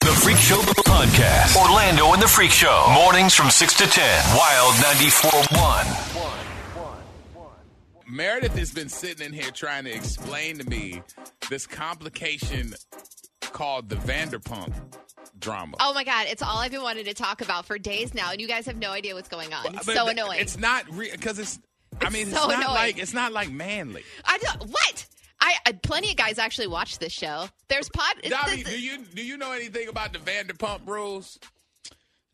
The Freak Show Podcast. Orlando and the Freak Show. Mornings from 6 to 10. Wild 94.1. Meredith has been sitting in here trying to explain to me this complication called the Vanderpump drama. Oh my God, it's all I've been wanting to talk about for days now, and you guys have no idea what's going on. It's But so th- annoying. It's not because it's, I mean, it's so not annoying. like it's not like manly. I don't, what? I, I plenty of guys actually watch this show. There's pod. it's- Dobby, this- do you do you know anything about the Vanderpump rules?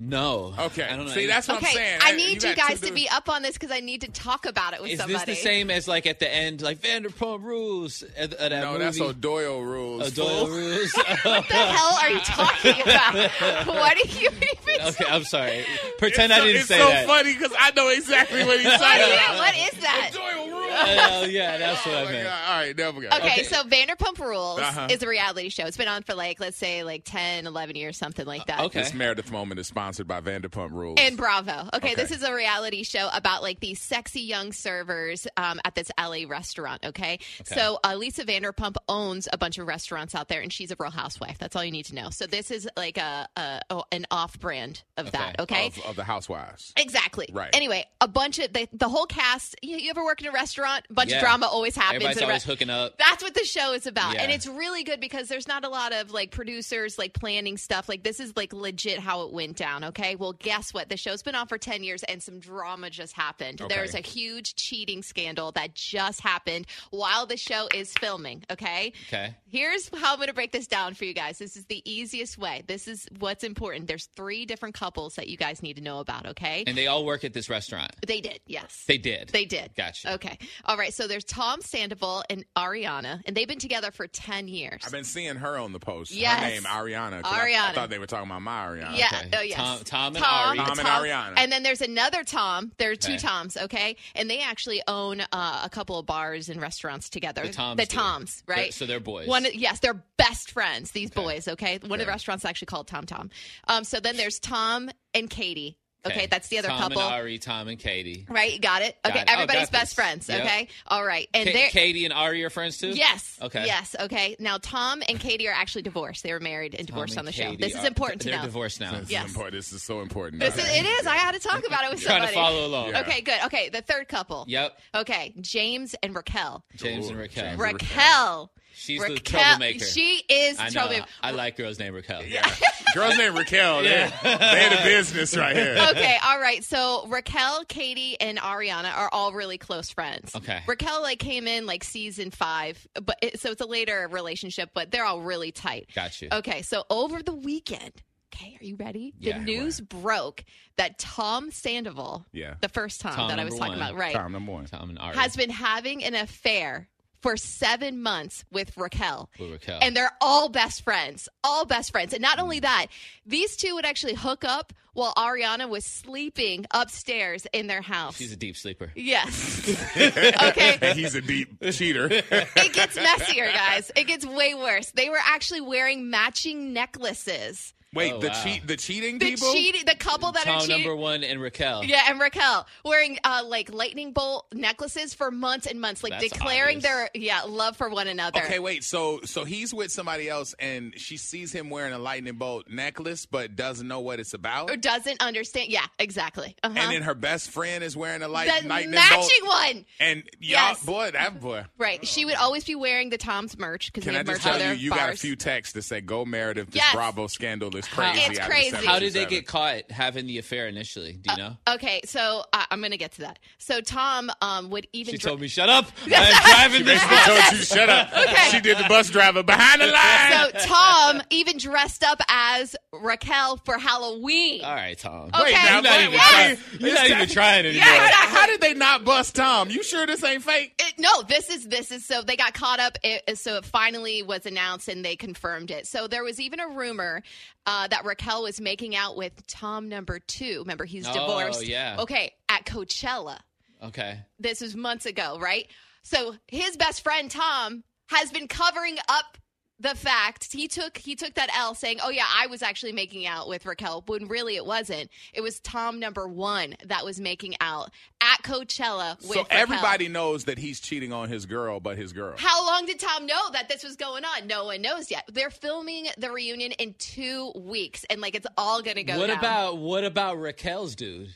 No. Okay, I don't know. see that's what I'm okay, saying. I need you, got two guys to dudes- be up on this because I need to talk about it with Is this somebody. the same as like at the end, like Vanderpump rules? At, at that No, movie? that's O'Doyle rules. O'Doyle fool. rules. What the hell are you talking about? what are you even? okay, I'm sorry. It's Pretend so- I didn't it's say so that. funny because I know exactly what he's What, talking are about. you- what is that? O'Doyle rules. Uh, yeah, that's what Oh, I my meant. God. All right, never got it. Okay, so Vanderpump Rules Uh-huh. is a reality show. It's been on for like, let's say, like 10, 11 years, something like that. okay. This Meredith moment is sponsored by Vanderpump Rules. And Bravo. Okay, Okay. this is a reality show about like these sexy young servers um, at this LA restaurant. Okay, so uh, Lisa Vanderpump owns a bunch of restaurants out there, and she's a Real Housewife. That's all you need to know. So this is like a, a oh, an off brand of that. Okay, of, of the Housewives. Exactly. Right. Anyway, a bunch of the, the whole cast. You, you ever work in a restaurant? A bunch Yeah. of drama always happens. Everybody's in a always re- hooking up. That's what the show is about, and Yeah. it's really good because there's not a lot of like producers like planning stuff. Like this is like legit how it went down. Okay. Well, guess what? The show's been on for ten years, and some drama just happened. Okay. There's a huge cheating scandal that just happened while the show is filming. Okay. Okay. Here's how I'm going to break this down for you guys. This is the easiest way. This is what's important. There's three different couples that you guys need to know about, okay? And they all work at this restaurant. they did, yes. They did. They did. Gotcha. Okay. All right. So there's Tom Sandoval and Ariana, and they've been together for 10 years. I've been seeing her on the post. Yes. Her name, Ariana. 'cause I- I, Ariana. thought they were talking about my Ariana. Yeah. Okay. Oh, yes. Tom- Tom and Ari. Tom and Ariana. And then there's another Tom. There are two Okay. Toms. Okay. And they actually own uh, a couple of bars and restaurants together. The Toms The do. Toms. Right. They're- so they're boys. One. Yes, they're best friends. These boys. Okay. One of the restaurants is actually called Tom Tom. Um. So then there's Tom and Katie. Okay. That's the other Tom couple. And Ari, Tom and Katie. Right. You Got it. Got Okay. it. Oh, Everybody's got best this. friends. Yep. Okay. All right. And Ka- they're. Katie and Ari are friends too. Yes. Okay. Yes. Okay. Now, Tom and Katie are actually divorced. They were married and Tom divorced and on the show. Katie This is are- important to they're know. divorced now. This, Yes. is important. this is so important. This is, it is. I had to talk about it with Trying somebody. to follow along. Yeah. Okay, good. Okay, the third couple. Yep. Okay, James and Raquel. James Ooh, and Raquel. James. Raquel. Raquel. She's Raquel. the troublemaker. She is I know. troublemaker. I like girls named Raquel. Yeah. Girl's name Raquel. Yeah. They had a business right here. Okay, all right. So Raquel, Katie, and Ariana are all really close friends. Okay. Raquel like came in like season five, but it, so it's a later relationship, but they're all really tight. Got you. Okay, so over the weekend, okay, are you ready? Yeah, the we're- news broke that Tom Sandoval, Yeah. the first Tom, Tom that I was number talking one. about, right, Tom, number one. Tom and Ari. has been having an affair for seven months with Raquel. With Raquel. Mm. And they're all best friends, all best friends. And not only that, these two would actually hook up while Ariana was sleeping upstairs in their house. She's a deep sleeper. yes. okay. And he's a deep cheater. It gets messier, guys. It gets way worse. They were actually wearing matching necklaces. Wait, Oh, the wow. cheat, the cheating The people. cheating, the couple that are Tom cheating. number one and Raquel. Yeah, and Raquel wearing uh, like lightning bolt necklaces for months and months, like That's declaring obvious. their yeah love for one another. Okay, wait. So, so he's with somebody else, and she sees him wearing a lightning bolt necklace, but doesn't know what it's about. or doesn't understand. Yeah, exactly. Oh, Uh-huh. And then her best friend is wearing a light, the lightning bolt. matching one. And y'all, Yes. boy, that boy. Right. She would always be wearing the Tom's merch because Can I they have just merch tell on you, their you bars. got a few texts that say, "Go Meredith, this Yes. Bravo scandal is crazy." It's out of crazy. 77. How did they get caught having the affair initially? Uh, Do you know? Okay, so uh, I'm gonna get to that. So Tom um, would even She dri- told me, "Shut up! I'm driving this." She told you, shut up. Okay. She did the bus driver behind the so line. Tom even dressed up as Raquel for Halloween. All right, Tom. Okay. Wait, now, You're not wait, even, Yes. trying, you're not even trying anymore. Yes. How, how did they not bust Tom? You sure this ain't fake? It- no, this is this is so they got caught up. It, so it finally was announced, and they confirmed it. So there was even a rumor uh, that Raquel was making out with Tom number two. Remember, he's Oh, divorced. yeah. Okay, at Coachella. Okay. This was months ago, right? So his best friend Tom has been covering up the fact he took he took that L saying, "Oh yeah, I was actually making out with Raquel," when really it wasn't. It was Tom number one that was making out at Coachella with so Raquel. everybody knows that he's cheating on his girl, but his girl. How long did Tom know that this was going on? No one knows yet. They're filming the reunion in two weeks, and like it's all gonna go. what down. about what about Raquel's dude?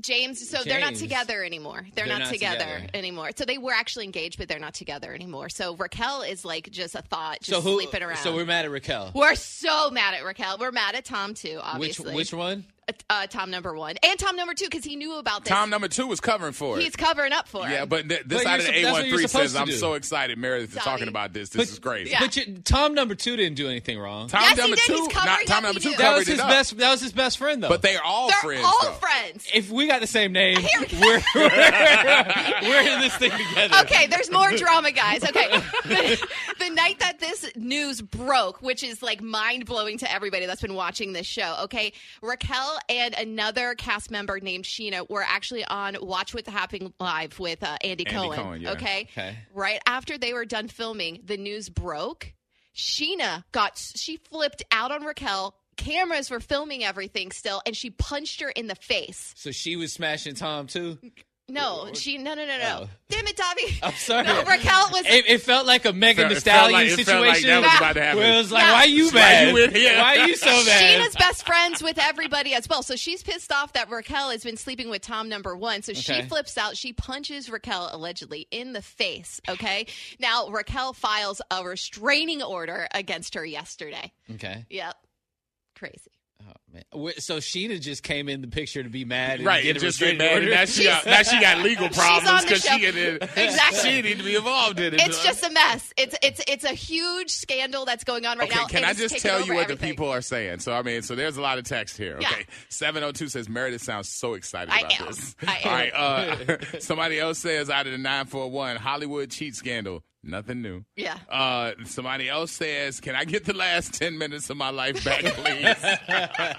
James? So they're not James. together anymore. They're, They're not, not together, together. anymore. So they were actually engaged, but they're not together anymore. So Raquel is like just a thought, just so who? sleeping around. So we're mad at Raquel. We're so mad at Raquel. We're mad at Tom too, obviously. Which which one? uh, Tom number one and Tom number two because he knew about this. Tom number two is covering for it. He's covering up for Yeah, him. but th- this But out you're of sup- the that's what you're A13 says, supposed to I'm do. so excited, Meredith, for Sorry. talking about this. This is crazy. Yeah. But you, Tom number two didn't do anything wrong. Tom Yes, he number did. two, He's covering not Tom up, number he two, knew. that covered was his it up. best. That was his best friend though. But they are all they're friends. all though. friends. if we got the same name, Here we go. we're, we're, we're in this thing together. Okay, there's more drama, guys. Okay. the, the night that this news broke, which is like mind blowing to everybody that's been watching this show, okay, Raquel and another cast member named Sheena were actually on Watch What's Happening Live with uh, Andy Andy, Cohen. Cohen, yeah. Okay. Okay. Right after they were done filming, the news broke. Sheena got, she flipped out on Raquel. Cameras were filming everything still, and she punched her in the face. So she was smashing Tom too. No, she, no, no, no, no. Oh. Damn it, Dobby. I'm sorry. No, Raquel was It, it felt like a Felt- Megan Thee it felt like- Stallion it felt like situation. that was about to happen. Where it was like, Yeah. why you Why mad? you in here? Why you so mad? Sheena's best friends with everybody as well. So she's pissed off that Raquel has been sleeping with Tom number one. So she Okay. flips out. She punches Raquel allegedly in the face. Okay. Now Raquel files a restraining order against her yesterday. okay. Yep. Crazy. Oh, man. Wait, So Sheena just came in the picture to be mad and Right, and get a just get restraining mad. and order. Now she, got, now she got legal on problems the because show. she in it. Exactly. She need to be involved in it. It's just a mess. It's it's it's a huge scandal that's going on right Okay, now. can and I it's just taken tell over you what the everything. people are saying? So I mean, so there's a lot of text here. Yeah. Okay, 702 says Meredith sounds so excited I about am. this. I am. All right, uh, somebody else says out of the 941 Hollywood cheat scandal, nothing new. Yeah. Uh, somebody else says, "Can I get the last 10 minutes of my life back, please?"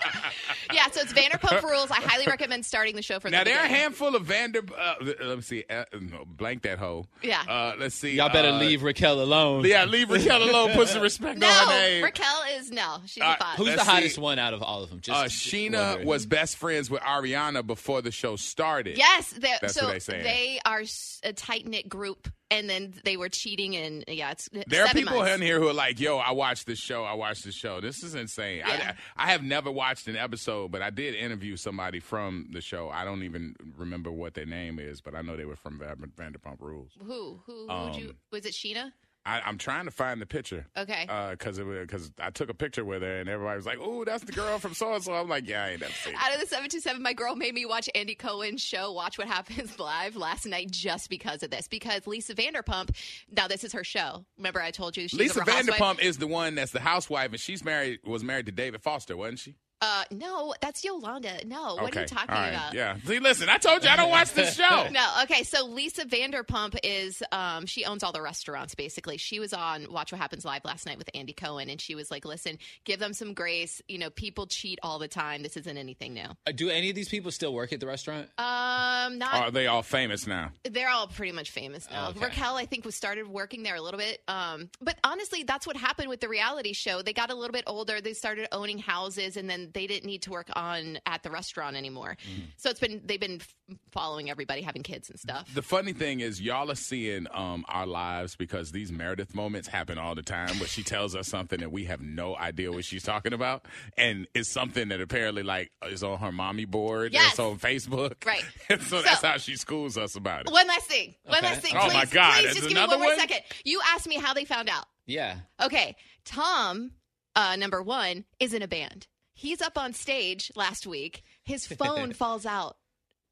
Yeah, so it's Vanderpump Rules. I highly recommend starting the show from now the there are a beginning. handful of Vander. Uh, let me see. Uh, no, blank that hoe. Yeah. Uh, let's see. Y'all better uh, leave Raquel alone. Yeah, leave Raquel alone. Put some respect on her no, name. Raquel is no. She's Uh, a bot. Who's Let's the hottest see. one out of all of them? Just uh, whoever Sheena it is. was best friends with Ariana before the show started. Yes, they, That's so what they saying. they are s- a tight knit group, and then they were cheating, and yeah, it's uh, There are seven people months. in here who are like, "Yo, I watched this show. I watched this show. This is insane. Yeah. I, I have never watched an episode, but I did interview somebody from the show. I don't even remember what their name is, but I know they were from Vander- Vanderpump Rules. Who who would Um, you? Was it Sheena? I, I'm trying to find the picture Okay. because because I took a picture with her, and everybody was like, "Oh, that's the girl from so and so." I'm like, "Yeah, I ain't never seen." it." Out of the seven two seven, my girl made me watch Andy Cohen's show, Watch What Happens Live, last night just because of this. Because Lisa Vanderpump, now this is her show. Remember, I told you she's Lisa a Real Housewife? Vanderpump is the one that's the housewife, and she's married was married to David Foster, wasn't she? Uh, no, that's Yolanda. No, what are you talking All right. about? Yeah. See, listen, I told you I don't watch this show. No, okay. So Lisa Vanderpump is um, she owns all the restaurants basically. She was on Watch What Happens Live last night with Andy Cohen, and she was like, "Listen, give them some grace. You know, people cheat all the time. This isn't anything new. Uh, Do any of these people still work at the restaurant? Um, not Are they all famous now? they're all pretty much famous now. Okay. Raquel, I think, was started working there a little bit. Um, but honestly, that's what happened with the reality show. They got a little bit older. They started owning houses, and then they didn't need to work on at the restaurant anymore. So it's been they've been f- following everybody having kids and stuff. The funny thing is, y'all are seeing um, our lives because these Meredith moments happen all the time. But she tells us something and we have no idea what she's talking about, and it's something that apparently like is on her mommy board. and Yes. It's on Facebook. Right. And so, that's So- how she schools us about it. One last thing. One Okay. last thing. Oh, please, my God. Please There's just give me one another more one? second. You asked me how they found out. Yeah. Okay. Tom, uh, number one, is in a band. He's up on stage last week. His phone falls out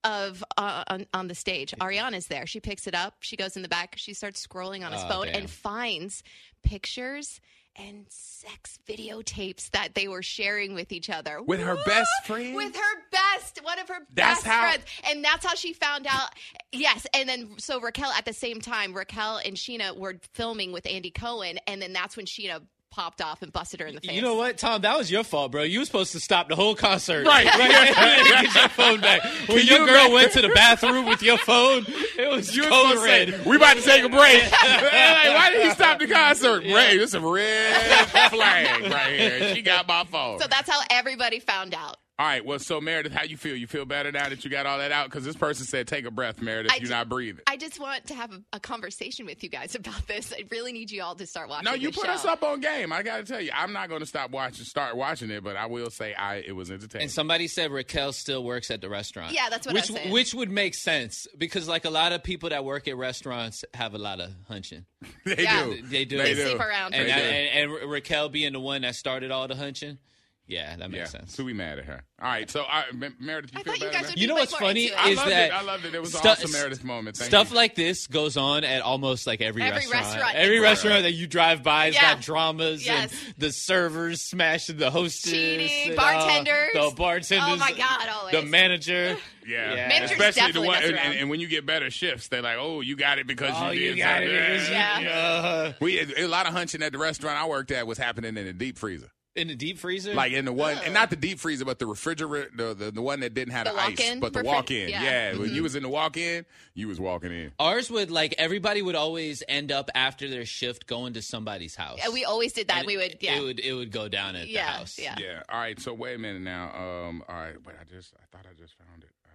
of uh, on, on the stage. Ariana's there. She picks it up. She goes in the back. She starts scrolling on his Oh, phone damn. and finds pictures and sex videotapes that they were sharing with each other. With her What? best friend? With her best, one of her That's best how- friends. And that's how she found out. Yes. And then, so Raquel, at the same time, Raquel and Sheena were filming with Andy Cohen. And then that's when Sheena popped off and busted her in the face. You know what, Tom? That was your fault, bro. You were supposed to stop the whole concert. Right. Right. Get your phone back. When you your girl imagine- went to the bathroom with your phone, it was You're code supposed to red. say, Oh, we about to take a break. Like, why did he stop the concert? Ray, this is a red flag right here. She got my phone. So that's how everybody found out. all right, well, so Meredith, how you feel? You feel better now that you got all that out? Because this person said, take a breath, Meredith. I You're ju- not breathing. I just want to have a, a conversation with you guys about this. I really need you all to start watching. no, you this put show. us up on game. I got to tell you, I'm not going to stop watching, start watching it, but I will say I it was entertaining. And somebody said Raquel still works at the restaurant. Yeah, that's what I which, was saying. Which would make sense because, like, a lot of people that work at restaurants have a lot of hunching. they Yeah. do. They do. They sleep around. And, They I, do. and, and Raquel being the one that started all the hunching. Yeah, that yeah, makes sense. so we mad at her. All right, so I, M- Meredith, you I feel thought you better guys now? would You be know way what's more funny into I is loved that it. I loved it. It was an stu- awesome Meredith moment. Thank stuff you. like this goes on at almost like every, Every restaurant. restaurant. Every Right. restaurant that you drive by has Yeah. got dramas Yes. and the servers smashing the hostess, Cheating, and, uh, bartenders. the bartenders. Oh my God, always. The manager. Yeah, Yeah. Managers especially the definitely one, mess and, and, around. and when you get better shifts, they're like, "Oh, you got it because Oh, you you did got it. something." because you- Yeah. uh, We had a lot of hunching at the restaurant I worked at was happening in the deep freezer, in the deep freezer. like in the one, and not the deep freezer, but the refrigerator, the the, the one that didn't have The the, ice, walk-in but the refri- walk in. Yeah, yeah. when you was in the walk in, you was walking in. Ours would like everybody would always end up after their shift going to somebody's house. Yeah, we always did that. And we would, yeah. It would it would go down at Yeah, the house. yeah. Yeah. All right. So wait a minute now. Um. All right. But I just I thought I just found it. Uh,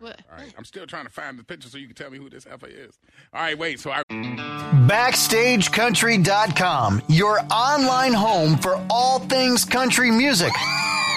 What? All right. I'm still trying to find the picture so you can tell me who this effer is. All right. Wait. So I. BackstageCountry.com, your online home for all things country music.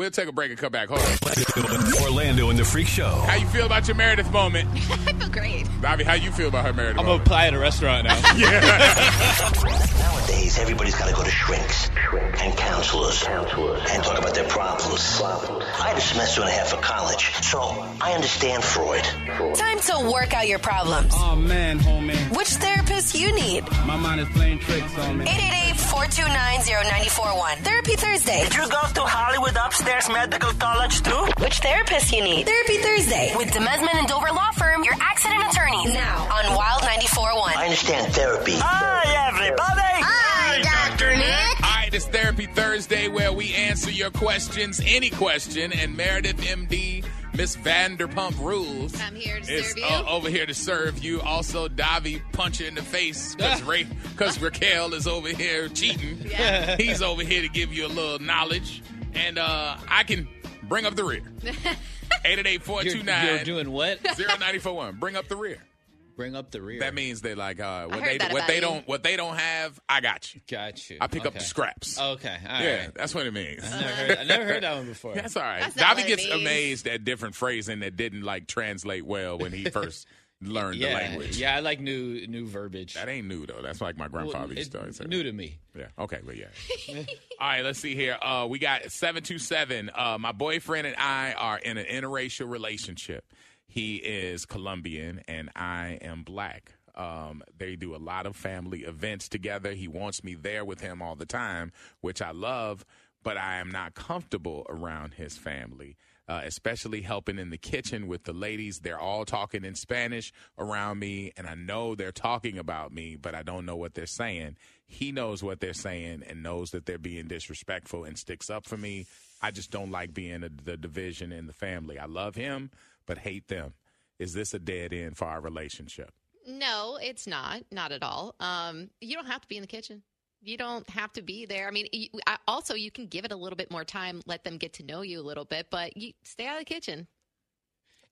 We'll take a break and come back. Hold on. Orlando and the Freak Show. How you feel about your Meredith moment? I feel great. Bobby, how you feel about her Meredith I'm gonna moment? apply at a restaurant now. Nowadays, everybody's got to go to shrinks and counselors and talk about their problems. I had a semester and a half of college, so I understand Freud. Time to work out your problems. Oh man, homie, Which therapist you need? my mind is playing tricks on me. 888-429-0941. Therapy Thursday. Did you go to Hollywood Upstairs Medical College too? Which therapist you need? Therapy Thursday. With Demesman and Dover Law Firm, your accident attorneys. Now on Wild 94.1. I understand therapy. Hi, everybody! Dr. Nick. All right, it's Therapy Thursday where we answer your questions, any question, and Meredith MD, Miss Vanderpump Rules. I'm here to is serve you. uh, over here to serve you. Also, Davi punch her in the face because Ray, because Raquel is over here cheating. Yeah. He's over here to give you a little knowledge, and uh, I can bring up the rear. Eight eight eight four You're, two you're nine doing what? zero ninety four one. Bring up the rear. Bring up the rear. That means they like uh, what heard they that what about they you. don't what they don't have. I got you. Got you. I pick up the Okay. Oh, scraps. Okay. all right. yeah, that's what it means. I never heard- I never heard that one before. That's all right. That's not Davi what it gets means. amazed at different phrasing that didn't like translate well when he first learned the yeah, language. yeah. I like new new verbiage. That ain't new though. That's like my grandfather Well, used to always say. it, new to me. Yeah. Okay. Well, yeah. All right. Let's see here. Uh, we got seven two seven. Uh, my boyfriend and I are in an interracial relationship. He is Colombian and I am black. Um, they do a lot of family events together. He wants me there with him all the time, which I love, but I am not comfortable around his family uh, especially helping in the kitchen with the ladies. They're all talking in Spanish around me, and I know they're talking about me, but I don't know what they're saying. He knows what they're saying and knows that they're being disrespectful and sticks up for me. I just don't like being a, the division in the family. I love him, but hate them. Is this a dead end for our relationship? No, it's not. Not at all. Um, you don't have to be in the kitchen. You don't have to be there. I mean, you, I, also you can give it a little bit more time, let them get to know you a little bit, but you stay out of the kitchen.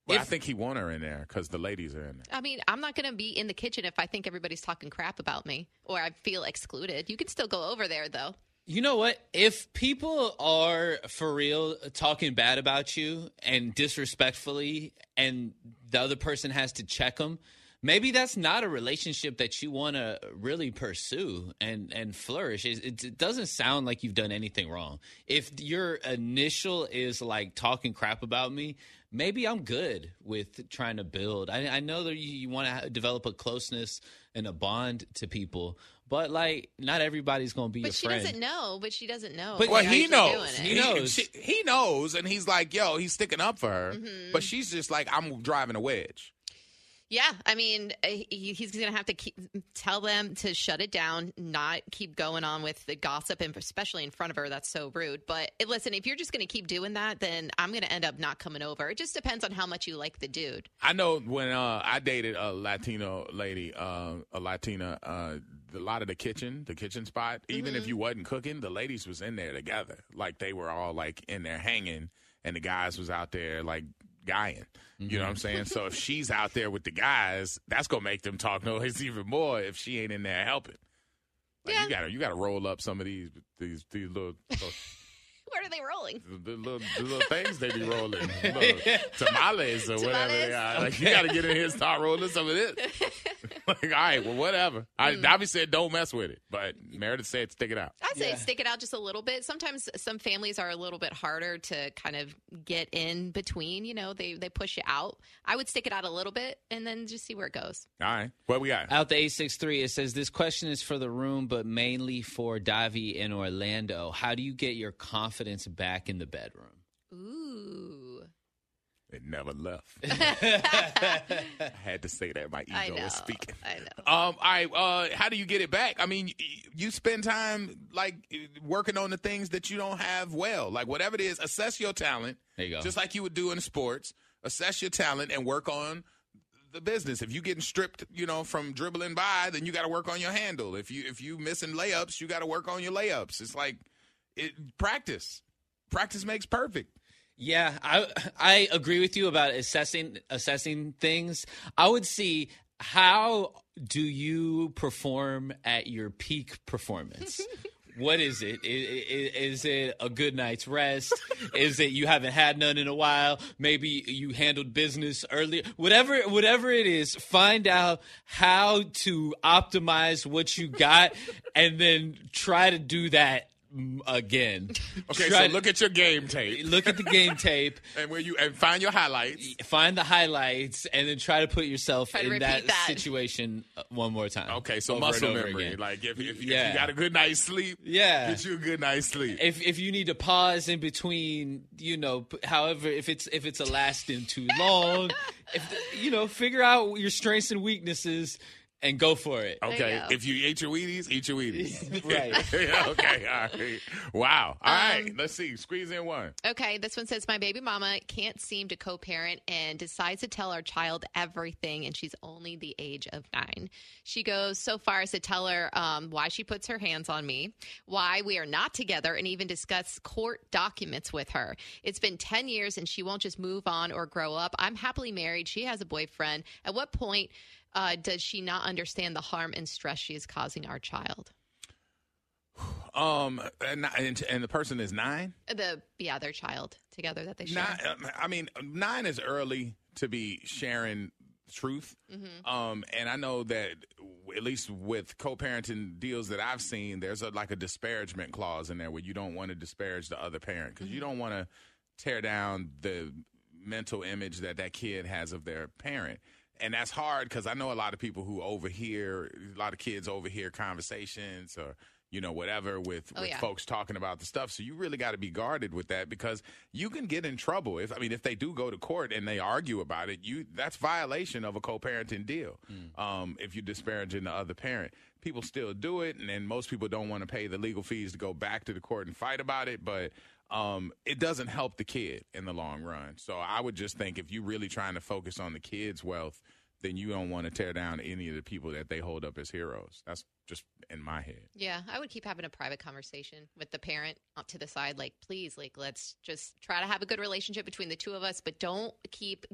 Well, I If- think he want her in there because the ladies are in there. I mean, I'm not going to be in the kitchen if I think everybody's talking crap about me or I feel excluded. You can still go over there though. You know what? If people are for real talking bad about you and disrespectfully, and the other person has to check them, maybe that's not a relationship that you want to really pursue and and flourish it, it, it doesn't sound like you've done anything wrong if your initial is like talking crap about me maybe i'm good with trying to build i, I know that you, you want to develop a closeness and a bond to people but like not everybody's gonna be your But she friend doesn't know. But she doesn't know. But- that Well, you're he actually knows. doing it. He knows. She, he knows, and he's like, "Yo, he's sticking up for her," Mm-hmm. but she's just like, "I'm driving a wedge." Yeah, I mean, uh, he, he's going to have to keep, tell them to shut it down, not keep going on with the gossip, and especially in front of her. That's so rude. But eh, listen, if you're just going to keep doing that, then I'm going to end up not coming over. It just depends on how much you like the dude. I know when uh, I dated a Latino lady, uh, a Latina, uh, the- a lot of the kitchen, the kitchen spot. Even if you wasn't cooking, the ladies was in there together. Like they were all like in there hanging, and the guys was out there like guying. You know what I'm saying? so if she's out there with the guys, that's gonna make them talk noise even more if she ain't in there helping. Like Yeah. you gotta you gotta roll up some of these these these little. little Where are they rolling? the little, the little things they be rolling, little tamales or whatever. Tamales? They are. Like you got to get in here and start rolling some of this. like, all right, well, whatever. I Mm. Dobby said don't mess with it, but Meredith said stick it out. I'd say Yeah. stick it out just a little bit. Sometimes some families are a little bit harder to kind of get in between. You know, they they push you out. I would stick it out a little bit and then just see where it goes. All right, what we Uh, got? Out the 863, it says this question is for the room, but mainly for Davi in Orlando. How do you get your confidence back in the bedroom? Ooh, It never left. I had to say that. My I ego know. was speaking. I know. Um, all right. Uh, how do you get it back? I mean, y- you spend time like working on the things that you don't have well, like whatever it is. Assess your talent. There you go. Just like you would do in sports, assess your talent and work on the business. If you getting stripped, you know, from dribbling by, then you got to work on your handle. If you if you missing layups, you got to work on your layups. It's like it, practice. Practice makes perfect. Yeah, I I agree with you about assessing assessing things. I would see how do you perform at your peak performance. what is it? I- i- i- Is, it a good night's rest? is it you haven't had none in a while? Maybe you handled business earlier. Whatever whatever it is, find out how to optimize what you got, and then try to do that mm, again. Okay, Try so to- look at your game tape look at the game tape, and where you and find your highlights. find the highlights, and then try to put yourself Try to in that, repeat that. situation uh, one more time. Okay, so Over and muscle over memory. again. Like if, if, if Yeah. you got a good night's sleep, Yeah. get you a good night's sleep. if if you need to pause in between, you know, p- however, if it's if it's a lasting too long, if the- you know, figure out your strengths and weaknesses and go for it. Okay, you go. if you eat your Wheaties, eat your Wheaties. Right. Yeah, okay, all right. Wow. All right, let's see. Squeeze in one. Okay, this one says my baby mama can't seem to co-parent and decides to tell our child everything, and she's only the age of nine. She goes so far as to tell her um, why she puts her hands on me, why we are not together, and even discuss court documents with her. It's been ten years, and she won't just move on or grow up. I'm happily married. She has a boyfriend. At what point uh, does she not understand the harm and stress she is causing our child? Um, and and, and the person is nine. The yeah, their child together that they share. Nine. um, I mean, nine is early to be sharing truth. Mm-hmm. Um, and I know that w- at least with co-parenting deals that I've seen, there's a, like a disparagement clause in there where you don't want to disparage the other parent because Mm-hmm. you don't want to tear down the mental image that that kid has of their parent. And that's hard because I know a lot of people who overhear, a lot of kids overhear conversations or, you know, whatever with, Oh, with yeah. folks talking about the stuff. So you really got to be guarded with that because you can get in trouble. If, I mean, if they do go to court and they argue about it, you that's violation of a co parenting deal. Um, if you're disparaging the other parent, people still do it. And then most people don't want to pay the legal fees to go back to the court and fight about it. But um, it doesn't help the kid in the long run. So I would just think if you're really trying to focus on the kid's wealth, then you don't want to tear down any of the people that they hold up as heroes. That's just in my head. Yeah, I would keep having a private conversation with the parent up to the side, like, please, like, let's just try to have a good relationship between the two of us, but don't keep.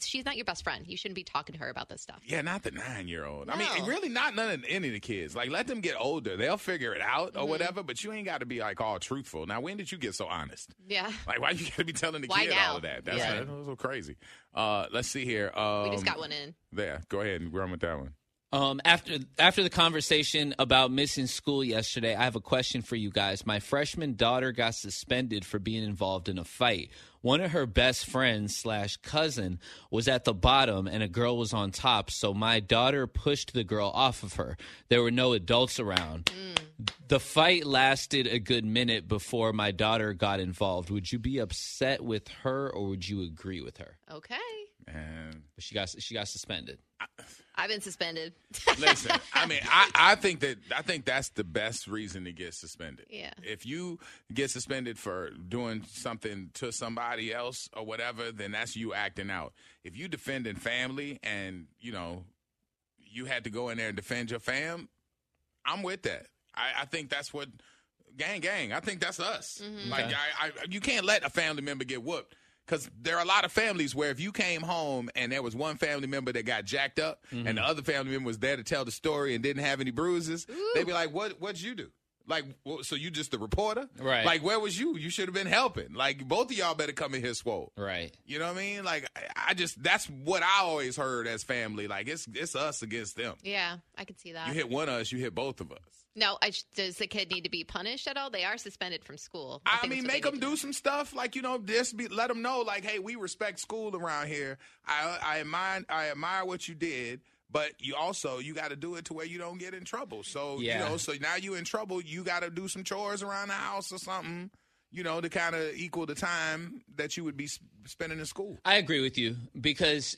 She's not your best friend. You shouldn't be talking to her about this stuff. Yeah, not the nine year old. I mean, No. really, not none of any of the kids. Like, let them get older; they'll figure it out Mm-hmm. or whatever. But you ain't got to be like all truthful. Now, when did you get so honest? Yeah. Like, why you got to be telling the Why kid now? all of that? That's Yeah. that's a little crazy. Uh, let's see here. Um, We just got one in. There, go ahead and run with that one. Um, after after the conversation about missing school yesterday, I have a question for you guys. My freshman daughter got suspended for being involved in a fight. One of her best friends slash cousin was at the bottom, and a girl was on top. So my daughter pushed the girl off of her. There were no adults around. The fight lasted a good minute before my daughter got involved. Would you be upset with her, or would you agree with her? Okay. And But she got she got suspended. I've been suspended. Listen, I mean, I, I think that I think that's the best reason to get suspended. Yeah. If you get suspended for doing something to somebody else or whatever, then that's you acting out. If you defending family and you know you had to go in there and defend your fam, I'm with that. I, I think that's what gang gang. I think that's us. Like I, I, you can't let a family member get whooped. Cause there are a lot of families where if you came home and there was one family member that got jacked up and the other family member was there to tell the story and didn't have any bruises, they'd be like, "What? What'd you do? Like, wh- so you just the reporter? Right. Like, where was you? You should have been helping. Like, both of y'all better come in here swole. Right. You know what I mean? Like, I, I just that's what I always heard as family. Like, it's it's us against them. yeah, I could see You that. hit one of us, you hit both of us. No, I, sh- does the kid need to be punished at all? They are suspended from school. I, think mean, that's what make they them need to do some stuff like you know, just be, let them know like, hey, we respect school around here. I I admire I admire what you did, but you also you got to do it to where you don't get in trouble. So Yeah. you know, so now you in trouble, you got to do some chores around the house or something. You know, to kind of equal the time that you would be sp- spending in school. I agree with you because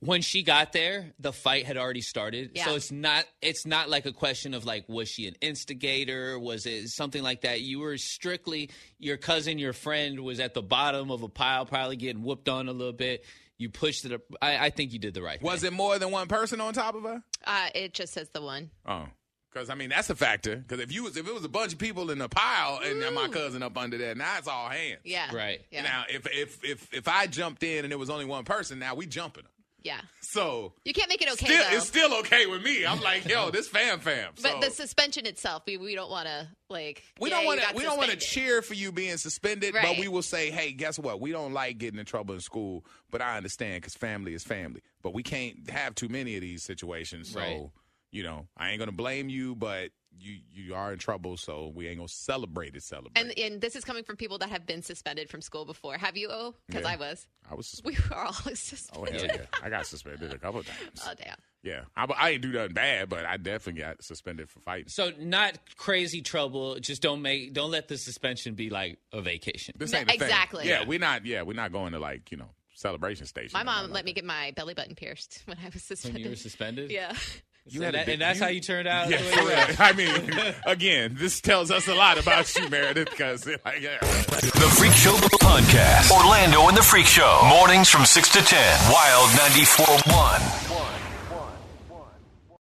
when she got there, the fight had already started. Yeah. So it's not it's not like a question of like was she an instigator? Was it something like that? You were strictly your cousin, your friend was at the bottom of a pile, probably getting whooped on a little bit. You pushed it up. I, I think you did the right Was thing. it more than one person on top of her? Uh, it just says the one. Oh, because I mean that's a factor. Because if you was if it was a bunch of people in a pile and my cousin up under there, now it's all hands. Yeah. Right. Yeah. Now if if if if I jumped in and it was only one person, now we jumping. Them. yeah. So You can't make it okay, still, though. it's still okay with me. I'm like, yo, this fam fam. So. but the suspension itself, we, we don't want to, like, we yeah, don't you want to. got We don't want to suspended. cheer for you being suspended, but Right. we will say, "Hey, guess what? We don't like getting in trouble in school, but I understand because family is family. But we can't have too many of these situations. So, Right. you know, I ain't gonna blame you, but you you are in trouble, so we ain't gonna celebrate it. Celebrate. And, and this is coming from people that have been suspended from school before. Have you? Oh, because Yeah. I was. I was. Suspended. We were all Oh suspended. hell yeah! I got suspended a couple times. Oh, damn. Yeah, I, I ain't do nothing bad, but I definitely got suspended for fighting. so not crazy trouble. Just don't make don't let the suspension be like a vacation. This No, ain't the thing. exactly. Yeah, Yeah. we're not. Yeah, we're not going to like you know celebration station. My or nothing mom like let me get my belly button pierced when I was When suspended. you were suspended? yeah. that. You had and, a that- big- and that's how you turned out. Yeah, the way for you real. I mean, again, this tells us a lot about you, Meredith, because like, yeah. The Freak Show Podcast. Orlando and the Freak Show. Mornings from 6 to 10. Wild 94.1.